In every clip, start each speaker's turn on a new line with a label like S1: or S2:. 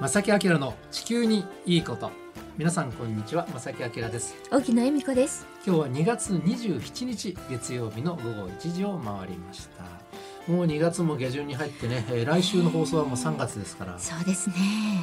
S1: 正木明の地球にいいこと皆さんこんにちは正木明です
S2: 沖野恵美子です
S1: 今日は2月27日月曜日の午後1時を回りましたもう2月も下旬に入ってね、えー来週の放送はもう3月ですから
S2: そうですね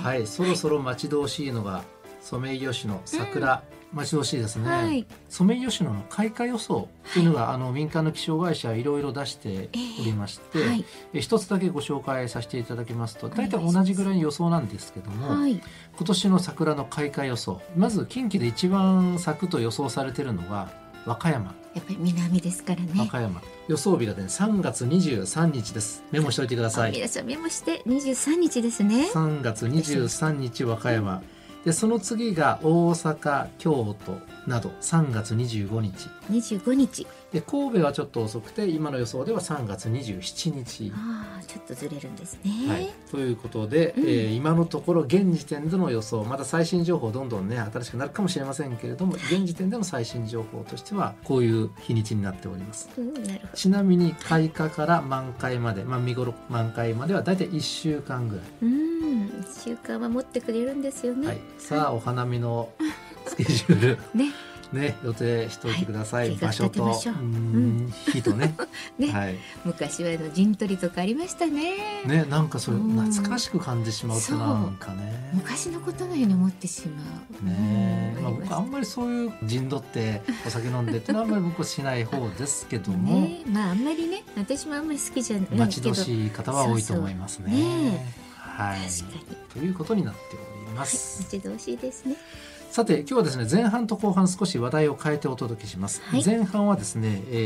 S1: はいそろそろ待ち遠しいのがソメイヨシノ桜、待ち遠しいですね、
S2: はい
S1: ソメイヨシノの開花予想というのが、あの民間の気象会社いろいろ出しておりまして、
S2: はい
S1: え一つだけご紹介させていただきますと
S2: 願
S1: 大
S2: いし
S1: 体
S2: ます
S1: 同じぐらいの予想なんですけども、
S2: はい
S1: 今年の桜の開花予想まず近畿で一番咲くと予想されてるのが和歌山
S2: やっぱり南ですからね
S1: 和歌山、予想日がね3月23日ですメモしておいてください
S2: 皆さんメモして23日ですね
S1: 3月23日和歌山でその次が大阪京都など3月25日
S2: 25日
S1: で神戸はちょっと遅くて今の予想では3月27日、
S2: ああちょっとずれるんですね、
S1: はい、ということで、
S2: うん
S1: えー今のところ現時点での予想また最新情報どんどんね新しくなるかもしれませんけれども現時点での最新情報としてはこういう日にちになっております
S2: うんなるほ
S1: ちなみに開花から満開まで、まあ、見頃満開まではだいたい1週間ぐらい、
S2: どうん一週間は持ってくれるんですよね、
S1: はい、さあお花見のスケジュ ール
S2: ね
S1: ね、予定しておいてください、
S2: はい
S1: 場所と
S2: 計画立てましょう
S1: ーん日と ね
S2: ね
S1: はい、
S2: 昔はあの陣取りとかありましたね
S1: ねなんかそれ
S2: うん
S1: 懐かしく感じてしまうって
S2: そう
S1: なんかね
S2: 昔のことのように思ってしまう
S1: ね
S2: う
S1: え、
S2: ん
S1: まあ、
S2: ありま
S1: 僕
S2: した
S1: あんまりそういう陣取ってお酒飲んでってのはあんまり僕はしない方ですけども、
S2: ねまああんまりね私もあんまり好きじゃないけど
S1: 待ち遠しい方は多いと思いますね。
S2: そうそうね
S1: はい、
S2: 確かに
S1: ということになっております。
S2: 待ち遠しいですね
S1: さて今日はですね前半と後半少し話題を変えてお届けします、
S2: はい
S1: 前半はですね、え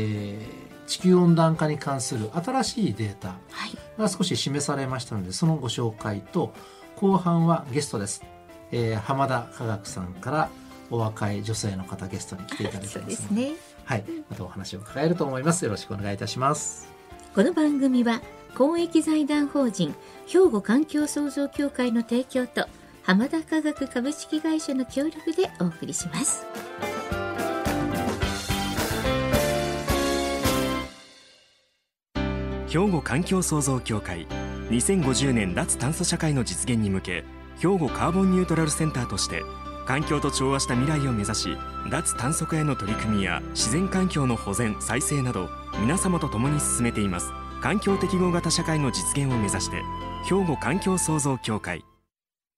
S1: ー地球温暖化に関する新しいデータ
S2: はい
S1: が少し示されましたのでそのご紹介と後半はゲストです、えー浜田科学さんからお若い女性の方ゲストに来ていただきます
S2: そう
S1: の
S2: で
S1: です
S2: ね
S1: はい、またお話を伺えると思いますよろしくお願いいたします
S2: この番組は公益財団法人兵庫環境創造協会の提供と浜田科学株式会社の協力でお送りします
S3: 兵庫環境創造協会2050年脱炭素社会の実現に向け兵庫カーボンニュートラルセンターとして環境と調和した未来を目指し脱炭素化への取り組みや自然環境の保全再生など皆様と共に進めています環境適合型社会の実現を目指して兵庫環境創造協会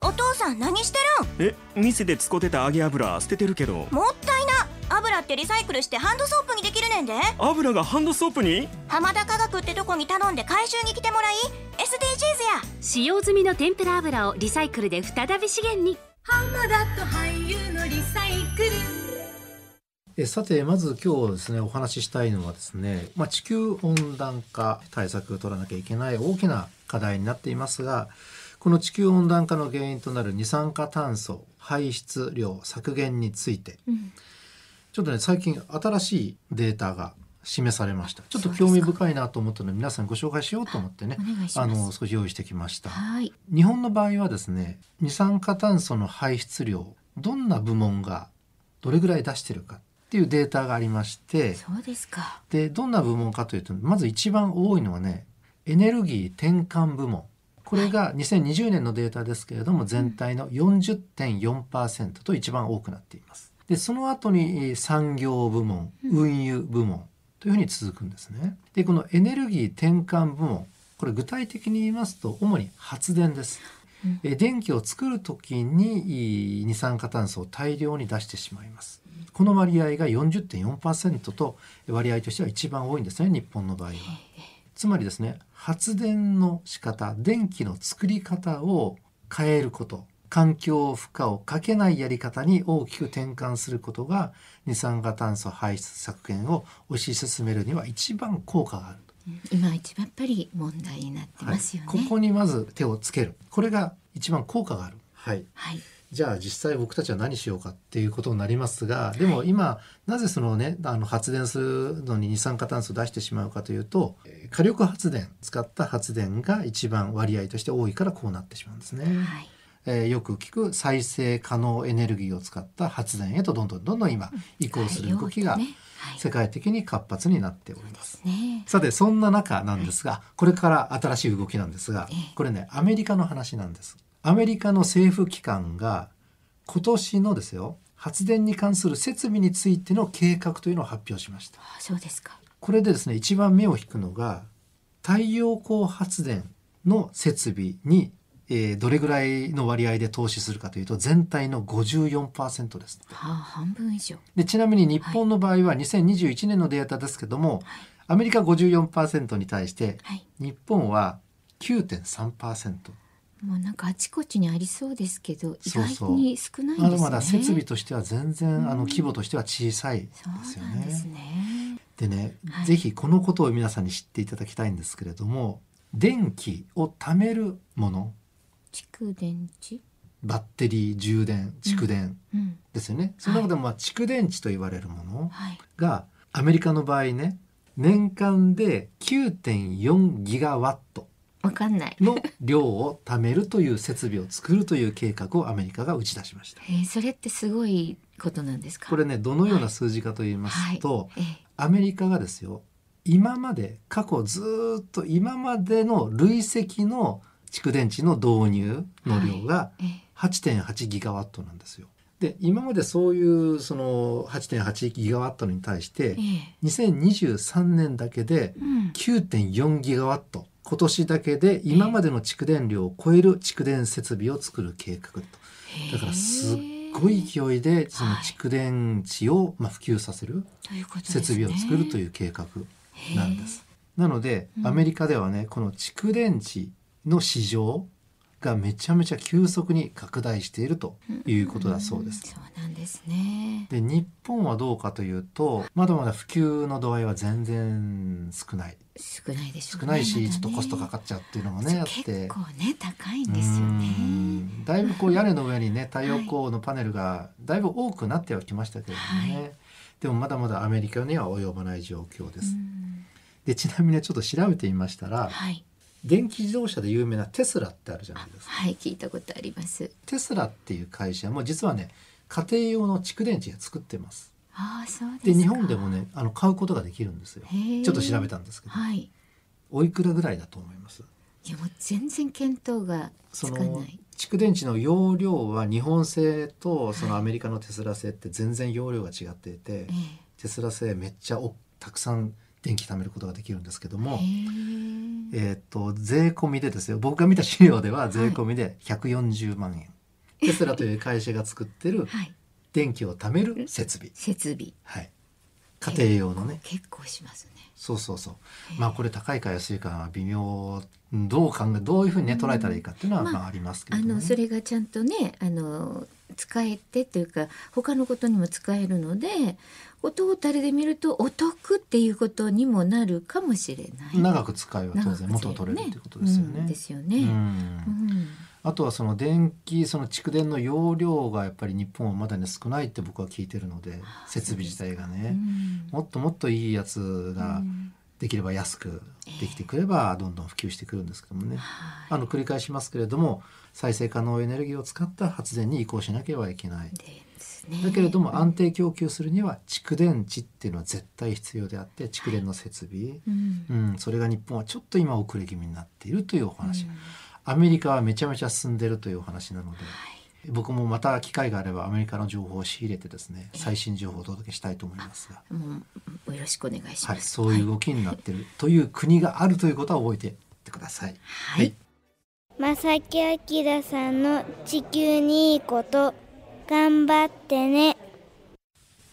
S4: お父さん何して
S3: え店で使ってた揚げ油捨ててるけど
S4: るもったいな油ってリサイクルしてハンドソープにできるねんで
S3: 油がハンドソープに
S4: 浜田科学ってとこに頼んで回収に来てもらい SDGs や
S5: 使用済みの天ぷら油をリサイクルで再び資源に
S1: えさてまず今日ですねお話ししたいのはですね、まあ、地球温暖化対策を取らなきゃいけない大きな課題になっていますがこの地球温暖化の原因となる二酸化炭素排出量削減について、
S2: ん
S1: ちょっとね最近新しいデータが示されましたちょっと興味深いなと思ったので皆さんにご紹介しようと思ってね
S2: お願いし
S1: あ
S2: ま
S1: の
S2: す
S1: 少し用意してきました。
S2: はい
S1: 日本の場合はですね二酸化炭素の排出量どんな部門がどれぐらい出してるかっていうデータがありまして
S2: そうですか
S1: でどんな部門かというとまず一番多いのはねエネルギー転換部門これが2020年のデータですけれども全体の40.4%と一番多くなっています。でその後にえー産業部門運輸部門というふうに続くんですね。でこのエネルギー転換部門これ具体的に言いますと主に発電です。えー電気を作る時にいい二酸化炭素を大量に出してしまいます。この割合が40.4%と割合としては一番多いんですね日本の場合は。つまりですね発電の仕方電気の作り方を変えること環境負荷をかけないやり方に大きく転換することが二酸化炭素排出削減を推し進めるには一番効果があると、
S2: 今一番やっぱり問題になってますよね
S1: ここにまず手をつけるこれが一番効果がある。はい、
S2: はい
S1: じゃあ実際僕たちは何しようかっていうことになりますがでも今なぜそのねあの発電するのに二酸化炭素を出してしまうかというとえー火力発電使った発電が一番割合として多いからこうなってしまうんですね。
S2: はい
S1: えーよく聞く再生可能エネルギーを使った発電へとどんどんどんどん今移行する動きが
S2: はい用途ねはい
S1: 世界的に活発になっております。
S2: ね
S1: さてそんな中なんですがこれから新しい動きなんですが
S2: ええ
S1: これねアメリカの話なんです。アメリカの政府機関が今年のですよ発電に関する設備についての計画というのを発表しました
S2: あそうですか。
S1: これでですね一番目を引くのが太陽光発電の設備に、えーどれぐらいの割合で投資するかというと全体の54%です
S2: はあ、半分以上。
S1: でちなみに日本の場合は2021年のデータですけども、アメリカ54%に対して
S2: はい。
S1: 日本は9.3%
S2: もうなんかあちこちにありそうですけど、意
S1: そうそう
S2: 外に少ないんですね。
S1: まだまだ設備としては全然あ
S2: う
S1: の
S2: ん
S1: 規模としては小さいで
S2: そう
S1: すよ
S2: なん
S1: ね。
S2: ですね。
S1: でね、
S2: はい
S1: ぜひこのことを皆さんに知っていただきたいんですけれども電気を貯めるもの
S2: 蓄電池。
S1: バッテリー充電蓄電
S2: うん。
S1: ですよね、その中でもまあ蓄電池と言われるもの
S2: はい。
S1: がアメリカの場合ね年間で9.4ギガワット
S2: わかんない。
S1: の量を貯めるという設備を作るという計画をアメリカが打ち出しました。
S2: えー、それってすごいことなんですか。
S1: これねどのような数字かと言いますと、
S2: えー
S1: アメリカがですよ今まで過去ずーっと今までの累積の蓄電池の導入の量が
S2: えー
S1: 8.8ギガワットなんですよ。で今までそういうその8.8ギガワットに対して
S2: えー
S1: 2023年だけで
S2: うん。
S1: 9.4ギガワット今年だけで今までの蓄電量を超える蓄電設備を作る計画とだからすっごい勢いでその蓄電池をまあ普及させる
S2: ということですね
S1: 設備を作るという計画なんです。なので
S2: うん
S1: アメリカではねこの蓄電池の市場がめちゃめちゃ急速に拡大しているということだそうです。
S2: んそうなんですね。
S1: で日本はどうかというとまだまだ普及の度合いは全然少ない
S2: 少ないでし
S1: 少
S2: ょうね。
S1: ないし、
S2: まだね
S1: ちょっとコストかかっちゃうっていうのもねあっ
S2: そう
S1: て
S2: 結構ね高いんですよ
S1: う
S2: ね。
S1: んだいぶこう屋根の上にね太陽光のパネルがだいぶ多くなってはきましたけれどもね、
S2: は
S1: でもまだまだアメリカには及ばない状況で
S2: う
S1: す。
S2: ん
S1: でちなみにねちょっと調べてみましたら
S2: はい
S1: 電気自動車で有名なテスラってあるじゃないですか。
S2: はい聞いたことあります。
S1: テスラっていう会社も実はね家庭用の蓄電池が作ってます。
S2: ああそうですか。
S1: で日本でもねあの買うことができるんですよ。
S2: へえ
S1: ちょっと調べたんですけど、
S2: はい。
S1: おいくらぐらいだと思います
S2: いやもう全然見当がつ
S1: そ
S2: か
S1: の
S2: ない。
S1: 蓄電池の容量は日本製とその
S2: はい
S1: アメリカのテスラ製って全然容量が違っていて、
S2: え
S1: テスラ製めっちゃおたくさん電気貯めることができるんですけど
S2: え
S1: も、
S2: へえ
S1: えーっと税込みでですよ僕が見た資料では税込みで140万円、テスラという会社が作ってる
S2: はい
S1: 電気を貯める設備、
S2: 設備
S1: はい、家庭用のね
S2: 結構しますね。
S1: そうそうそうまあこれ高いか安いかは微妙どう考えどういうふうにね捉えたらいいかっていうのは
S2: まあ
S1: まあありますけ
S2: あ
S1: れども、
S2: の
S1: ね
S2: それがちゃんとねあの使えてというか他のことにも使えるのでおトータルで見るとお得っていうことにもなるかもしれない。
S1: 長く使えば当然元を取れるっていうことですよ
S2: うん
S1: ね。
S2: ですよね。
S1: うん
S2: うん
S1: あとはその電気その蓄電の容量がやっぱり日本はまだね少ないって僕は聞いてるので設備自体が
S2: う
S1: ね、
S2: ん
S1: もっともっといいやつ
S2: う
S1: が
S2: ん
S1: できれば安くできてくればどんどん普及してくるんですけどもね、
S2: は
S1: あの繰り返しますけれども再生可能エネルギーを使った発電に移行しなければいけない
S2: い。ですね
S1: だけれども安定供給するには蓄電池っていうのは絶対必要であって蓄電の設備、
S2: うん
S1: うん、それが日本はちょっと今遅れ気味になっているというお話、
S2: うん
S1: アメリカはめちゃめちゃ進んでるというお話なので、僕もまた機会があればアメリカの情報を仕入れてですね最新情報をお届けしたいと思いますが、
S2: もうよろしくお願いし
S1: は
S2: ま
S1: い、
S2: す。
S1: そういう動きになってるという国があるということは覚えていってください。
S2: はい、はい
S6: 正木明さんの地球にいいこと頑張ってね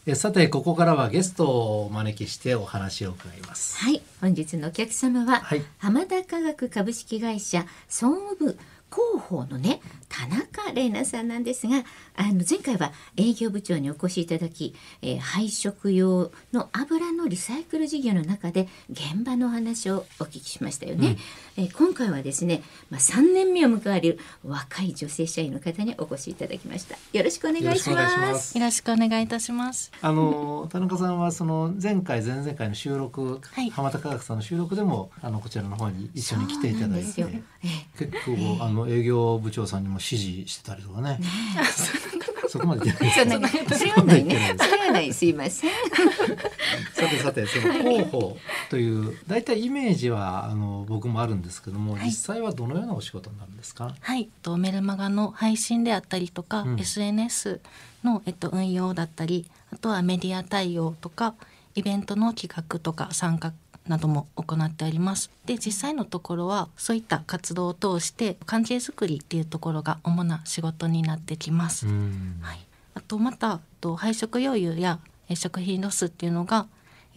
S1: えさてここからはゲストをお招きしてお話を伺います。
S2: はい本日のお客様は、
S1: はい
S2: 浜田科学株式会社総務部広報のね田中玲奈さんなんですがあの前回は営業部長にお越しいただき、えー配食用の油のリサイクル事業の中で現場のお話をお聞きしましたよね、えー今回はですね、まあ、3年目を迎える若い女性社員の方にお越しいただきましたよろしくお願いし
S1: よろ
S2: ます
S1: しくお願いします
S7: よろしくお願いいたします。
S1: あの田中さんはその前回前々回の収録、
S7: はい
S1: 浜田科学さんの収録でもあのこちらの方に一緒に来ていただい
S2: そう
S1: て
S2: なんですよえ
S1: 結構あの営業部長さんにも指示してたりとかね そこまで出ないです
S2: そんなそれはないね
S1: そんな言ってない。で
S2: それはない。すいません。
S1: すさてさてその広報という大体イメージはあの僕もあるんですけども、
S7: はい
S1: 実際はどのようなお仕事になるんですか
S7: はい、えっとメルマガの配信であったりとか、
S1: うん
S7: SNS の、えっと、運用だったりあとはメディア対応とかイベントの企画とか参加なども行っておりますで実際のところはそういった活動を通して関係づくりっていうところが主な仕事になってきます、
S1: うん
S7: はい、あとまたえっと配色溶油やえー食品ロスっていうのが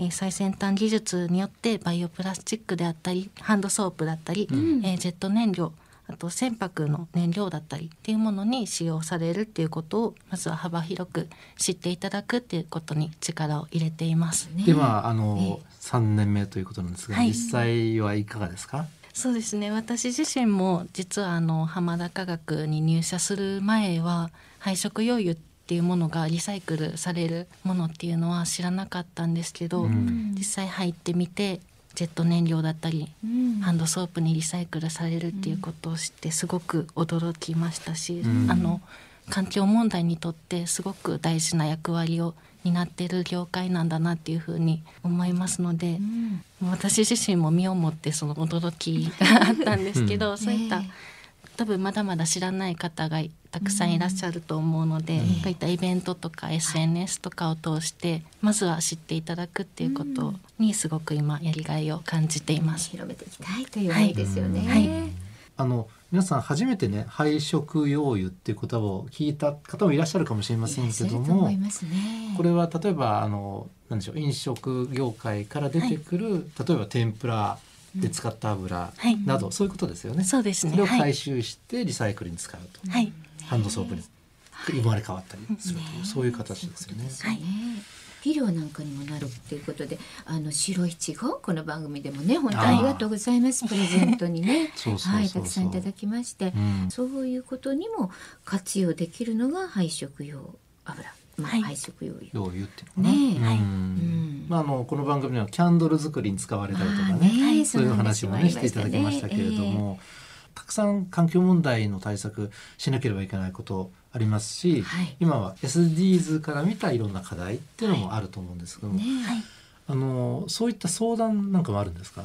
S7: えー最先端技術によってバイオプラスチックであったりハンドソープだったり、えージェット燃料あと船舶の燃料だったりっていうものに使用されるっていうことをまずは幅広く知っていただくっていうことに力を入れています。
S1: でまああの三年目ということなんですが、
S7: はい
S1: 実際はいかがですか。
S7: そうですね私自身も実はあの浜田科学に入社する前は配色用油っていうものがリサイクルされるものっていうのは知らなかったんですけど、
S1: うん
S7: 実際入ってみてジェット燃料だったり、ハンドソープにリサイクルされるっていうことを知ってすごく驚きましたし、
S1: うん
S7: あの環境問題にとってすごく大事な役割を担っている業界なんだなっていうふうに思いますので、私自身も身をもってその驚きがあったんですけど、そういった、
S2: ええ
S7: 多分まだまだ知らない方がたくさんいらっしゃると思うので、こういったイベントとか SNS とかを通してまずは知っていただくっていうことにすごく今やりがいを感じています。
S2: 広めていきたいという思いですよね。
S7: はい
S1: あの皆さん初めてね配色用油っていう言葉を聞いた方もいらっしゃるかもしれませんけど
S2: いらっしゃると思
S1: も
S2: い、ますね。
S1: これは例えばあのなんでしょう飲食業界から出てくる、例えば天ぷらで使った油
S7: はい
S1: など、そういうことですよね。
S7: そうですね
S1: それを
S7: は
S1: 回
S7: い、
S1: 収してリサイクルに使うと、
S7: はい
S1: ハンドソープに生まれ変わったりするという、そういう形ですよね。
S7: はい
S2: 肥料なんかにもなるっていうことで、あの白いちごこの番組でもね本当ありがとうございますプレゼントにね
S1: そうそうそうそう
S2: はいたくさんいただきまして、
S1: うん
S2: そういうことにも活用できるのが配色用油、まあ、
S7: はい
S2: 配色用油、
S1: 用油っていうのかな。
S2: ねえ
S1: うん
S2: はいん
S1: まああのこの番組ではキャンドル作りに使われたりとか
S2: まあ
S1: ね、
S2: ね
S1: そういう話もねしていただきましたけれども、たくさん環境問題の対策しなければいけないことありますし、
S2: はい
S1: 今は SDGs から見たいろんな課題っていうのもあると思うんですけども、
S2: ね
S1: あのそういった相談なんかもあるんですか、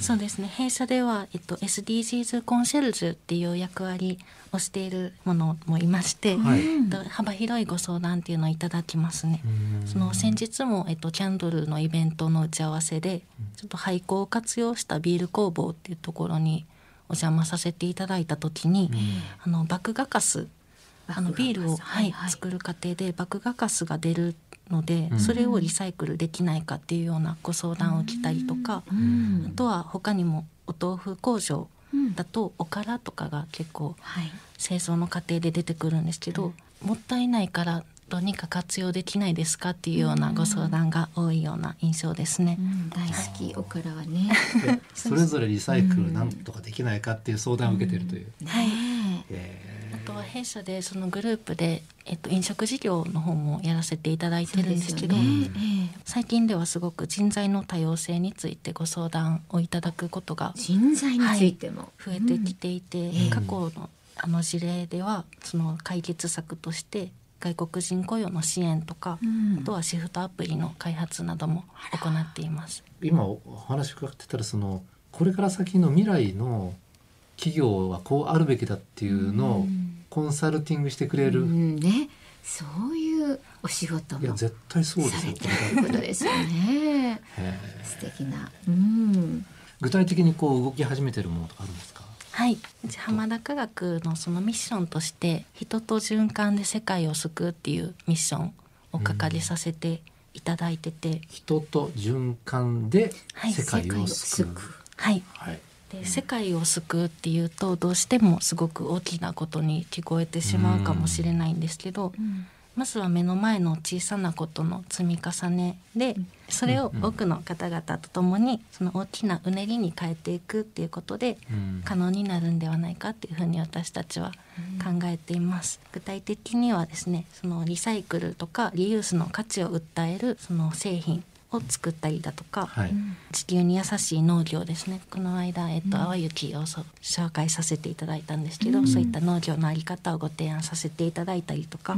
S7: そうですね弊社では、えっと、SDGs コンシェルジュっていう役割をしているものもいまして、
S1: はい
S7: えっと幅広いご相談っていうのをいただきますね。その先日も、えっと、キャンドルのイベントの打ち合わせでちょっと廃校を活用したビール工房っていうところにお邪魔させていただいた時に、あの麦芽かすあの
S2: 麦
S7: ビ
S2: 芽
S7: ールを、
S2: 粕
S7: はい
S2: はいはい
S7: 作る過程で麦芽かすが出るので、
S1: うん
S7: それをリサイクルできないかっていうようなご相談を来たりとか、あとは他にもお豆腐工場だとおからとかが結構
S2: はい
S7: 製造の過程で出てくるんですけど、もったいないからどうにか活用できないですかっていうようなご相談が多いような印象ですね。
S2: うん大好きおからはね。
S1: でそれぞれリサイクルなんとかできないかっていう相談を受けてるという。
S7: はい
S2: ね
S1: え
S7: あとは弊社でそのグループで、えっと、飲食事業の方もやらせていただいてるんですけど
S2: そうですよねええ
S7: 最近ではすごく人材の多様性についてご相談をいただくことが
S2: 人材についても、
S7: 増えてきていて、過去のあの事例ではその解決策として外国人雇用の支援とか、
S2: ん
S7: あとはシフトアプリの開発なども行っています。
S1: ー今お話伺ってたらそのこれから先の未来の企業はこうあるべきだっていうのをコンサルティングしてくれ
S2: う
S1: る、
S2: んね、そういうお仕事
S1: いや
S2: も
S1: 絶対そうで
S2: さ
S1: す
S2: れ
S1: よ
S2: てるということですよ ね。
S1: へー
S2: 素敵な。うん。
S1: 具体的にこう動き始めてるものとかあるんですか
S7: はい、うち浜田科学のそのミッションとして「人と循環で世界を救う」っていうミッションを掲げさせていただいてて、
S1: 人と循環で世界を救う、
S2: 世界を救う
S7: はい、
S1: はい
S7: で世界を救うっていうとどうしてもすごく大きなことに聞こえてしまうかもしれないんですけど、まずは目の前の小さなことの積み重ねでそれを多くの方々と共にその大きなうねりに変えていくっていうことで
S1: うん
S7: 可能になるんではないかっていうふうに私たちは考えています。具体的にはですねそのリサイクルとかリユースの価値を訴えるその製品を作ったりだとか、
S1: はい
S7: 地球に優しい農業ですねこの間、えっと淡雪をそう紹介させていただいたんですけど、そういった農業のあり方をご提案させていただいたりとか、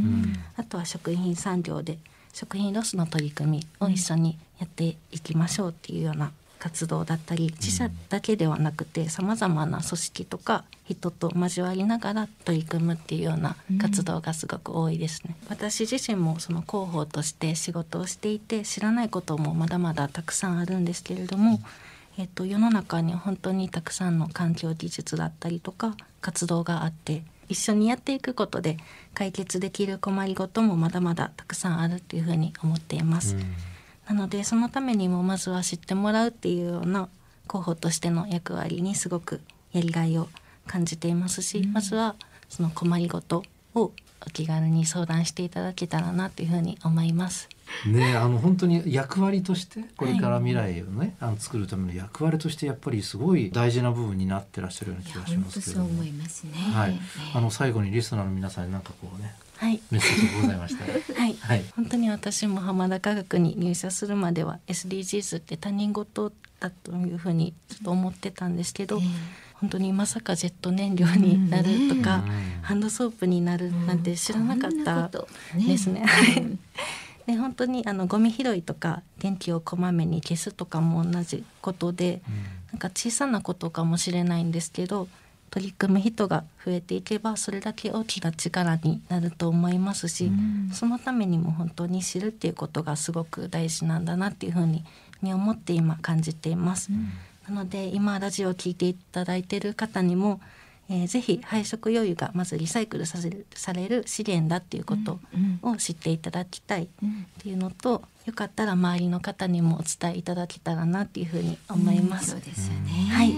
S7: あとは食品産業で食品ロスの取り組みを一緒にやっていきましょうっていうような活動だったり自社だけではなくてさまざまな組織とか人と交わりながら取り組むっていうような活動がすごく多いですね。私自身もその広報として仕事をしていて知らないこともまだまだたくさんあるんですけれども、えっと世の中に本当にたくさんの環境技術だったりとか活動があって一緒にやっていくことで解決できる困りごともまだまだたくさんあるっていうふうに思っています。なのでそのためにもまずは知ってもらうっていうような候補としての役割にすごくやりがいを感じていますし、まずはその困りごとをお気軽に相談していただけたらなというふうに思います。
S1: ねあの本当に役割としてこれから未来をね、あの作るための役割としてやっぱりすごい大事な部分になってらっしゃるような気がし
S2: 本
S1: ます
S2: 当
S1: けれ
S2: そう
S1: ども
S2: 思。いますね。
S1: はい
S2: ね、
S1: あの最後にリスナーの皆さんに何かこうね
S7: はい、
S1: メッセージございましたら
S7: はい
S1: はい
S7: 本当に私も浜田科学に入社するまでは SDGs って他人事だというふうにちょっと思ってたんですけど、
S2: ええ
S7: 本当にまさかジェット燃料になると
S1: う
S7: か、
S1: ん
S7: ハンドソープになるなんて知らなかった
S2: こんなこと
S7: ですね。
S2: うん
S7: で本当にあのゴミ拾いとか電気をこまめに消すとかも同じことで、なんか小さなことかもしれないんですけど取り組む人が増えていけばそれだけ大きな力になると思いますし、そのためにも本当に知るっていうことがすごく大事なんだなっていうふうに身をもって今感じています。なので今ラジオを聞いていただいている方にも、えーぜひ配色用油がまずリサイクルさせるされる資源だっていうことを知っていただきたいっていうのと、よかったら周りの方にもお伝えいただけたらなっていうふうに思います。
S2: そうですよね。
S7: はい、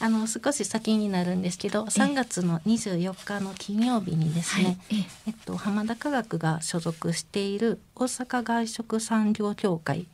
S7: あの少し先になるんですけど、3月の24日の金曜日にですね、
S2: はいええ
S7: えっと浜田科学が所属している大阪外食産業協会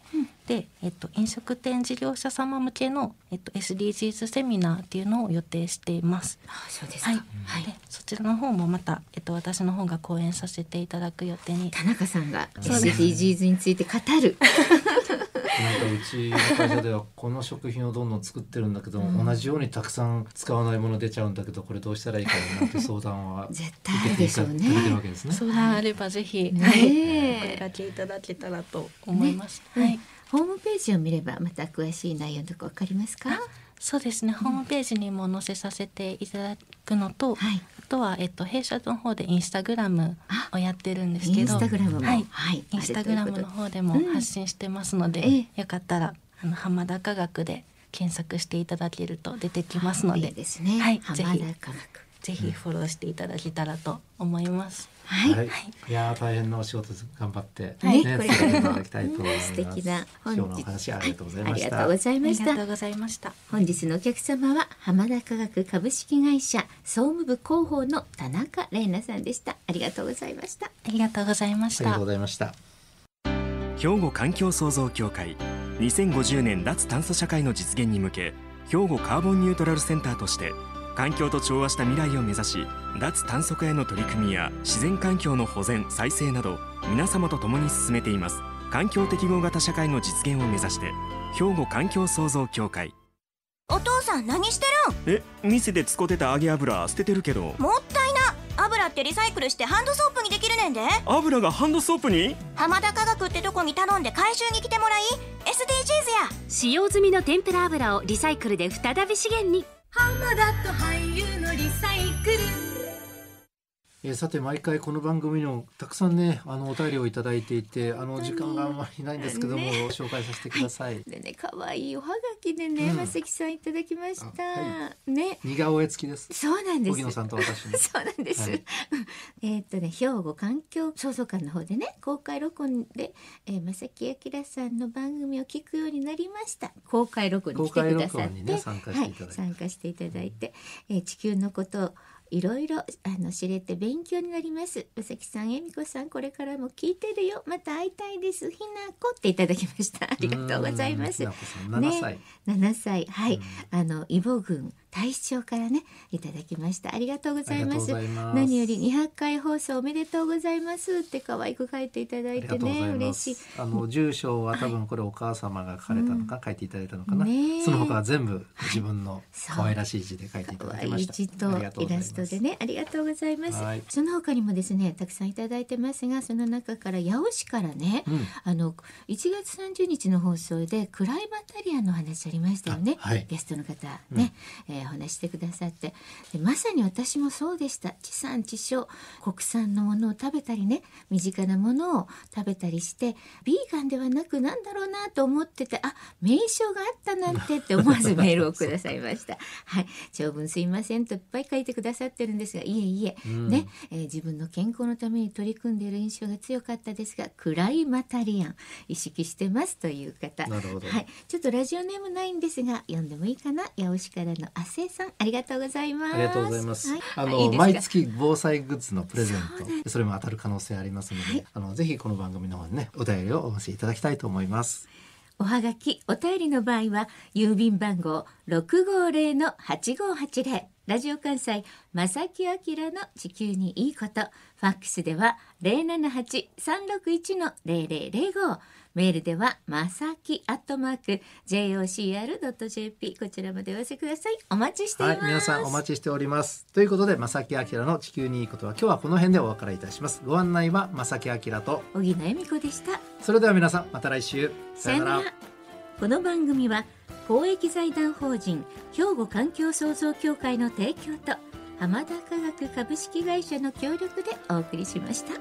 S7: で、えっと飲食店事業者様向けのえっと SDGs セミナーっていうのを予定しています。
S2: あ、そうですか。
S7: は
S2: はいい。、
S7: でそちらの方もまたえっと私の方が講演させていただく予定に。
S2: 田中さんが
S7: そうで
S2: SDGs について語る。
S1: なんかうちの会社ではこの食品をどんどん作ってるんだけども、同じようにたくさん使わないもの出ちゃうんだけどこれどうしたらいいかななんて相談は
S2: 絶対あるでしょうね
S1: 受けていただいてるわけですね。
S7: 相談あればぜひ、
S2: ね
S7: はい、
S2: え
S7: お声掛けいただけたらと思います。
S2: ね
S7: はい。
S2: ホームページを見ればまた詳しい内容とかわかりますか。
S7: そうですね、ホームページにも載せさせていただくのと、
S2: はい
S7: あとは、えっと、弊社の方でインスタグラムをやってるんですけど
S2: インスタグラムも
S7: はい
S2: はい
S7: インスタグラムの方でも
S2: あるということで
S7: 発信してますので、
S2: うんえ
S7: よかったらあの浜田科学で検索していただけると出てきますので
S2: いいですね。
S7: はい、
S2: 浜
S7: ぜ
S2: 田
S7: ひ
S2: 科学。
S7: ぜひフォローしていただけたらと思います。
S2: はい。
S1: い、いやー大変なお仕事です頑張って、
S2: はい
S1: ね、
S2: これ
S1: 続
S2: か
S1: けて
S2: ら
S1: いた
S2: も
S1: だきたいと思います。
S2: 素敵な
S1: 今
S2: 本
S1: 日
S2: 日
S1: のお話ありがとうございまし
S2: あり
S1: た。
S2: がとうござい
S7: あ
S2: ま
S7: り
S2: し
S7: がと
S2: た
S7: う。ございました。
S2: 本日のお客様は浜田科学株式会社総務部広報の田中玲奈さんでした。ありがとうございました。
S7: ありがとうございまし
S1: ありが
S7: た
S1: とう。ございました。
S3: 兵庫環境創造協会2050年脱炭素社会の実現に向け兵庫カーボンニュートラルセンターとして環境と調和した未来を目指し脱炭素化への取り組みや自然環境の保全再生など皆様と共に進めています環境適合型社会の実現を目指して兵庫環境創造協会
S4: お父さん何してるん
S3: え店で使ってた揚げ油捨ててるけど
S4: もったいな油ってリサイクルしてハンドソープにできるねんで
S3: 油がハンドソープに
S4: 浜田科学ってとこに頼んで回収に来てもらい SDGs や
S5: 使用済みの天ぷら油をリサイクルで再び資源に
S1: えーさて毎回この番組のたくさんねあのお便りをいただいていてあの時間があんまりないんですけども、紹介させてください。
S2: でね、可愛いおはがきでね、
S1: うん
S2: マセキさんいただきました。
S1: あは
S2: ね、
S1: 似顔絵付きです。
S2: そうなんです
S1: 荻野。さんと私の。
S2: そうなんです。
S1: はい
S2: えーっとね、兵庫環境創造館の方でね、公開録音で、えー、正木明さんの番組を聞くようになりました。公開録音に来てく
S1: 公
S2: ださ
S1: 開録
S2: っ
S1: 音
S2: て、
S1: にね参加していただいて
S2: はい、参加していただいて、えー地球のことをいろいろあの知れて勉強になります。正木さん、恵美子さん、これからも聞いてるよ。また会いたいです。ひなこっていただきました。ありがとうございます
S1: うん。ひなこさん7歳
S2: ね、7歳はい、あのイボ郡大使長からねいただきましたありがとうございます
S1: ありがとうございます
S2: 何より200回放送おめでとうございますって可愛く書いていただ
S1: あ
S2: い
S1: りが
S2: て
S1: とうござ
S2: ね
S1: いま
S2: 嬉しい
S1: す。あの住所は多分これお母様が書かれたのか書いていただいたのかな。
S2: ねえ
S1: その他は全部自分の
S2: そう
S1: 可愛らしい字で書いていた
S2: 可
S1: だ
S2: 愛
S1: きま
S2: い
S1: した。
S2: 字と
S1: ありがとう
S2: イ
S1: ございま
S2: ラ
S1: す
S2: ストでねありがとうございます
S1: はい
S2: その他にもですねたくさんいただいてますがその中から八尾市からね、
S1: うん
S2: あの1月30日の放送でクライバタリアンの話ありましたよね、
S1: あはい
S2: ゲストの方ね、えーお話ししてくださってでまさに私もそうでした地産地消国産のものを食べたりね身近なものを食べたりしてビーガンではなくなんだろうなと思っててあ名称があったなんてって思わずメールをくださいました。はい、長文すいませんといっぱい書いてくださってるんですがいえいえ、
S1: ん
S2: ねえー自分の健康のために取り組んでいる印象が強かったですがクライマタリアン意識してますという方
S1: なるほど
S2: はい、ちょっとラジオネームないんですが読んでもいいかな八尾市からのあせいさんありがとうございます
S1: ありがとうございます。
S2: はい
S1: あ
S2: いい
S1: の
S2: ですか
S1: 毎月防災グッズのプレゼント、それも当たる可能性ありますので、あのぜひこの番組の方にねお便りをお寄せいただきたいと思います。
S2: おはがき、お便りの場合は、郵便番号650-8580。ラジオ関西、正木明の地球にいいこと。ファックスでは、078-361-0005。メールでは、まさきアットマーク、jocr.jp。こちらまでお寄せください。お待ちしてい
S1: は
S2: ま
S1: い
S2: す。、
S1: 皆さんお待ちしております。ということで、正木明の地球にいいことは今日はこの辺でお別れいたします。ご案内は正木明と、
S2: 小木野恵美子でした。
S1: それでは皆さんまた来週。さよなら。
S2: この番組は公益財団法人兵庫環境創造協会の提供と浜田科学株式会社の協力でお送りしました。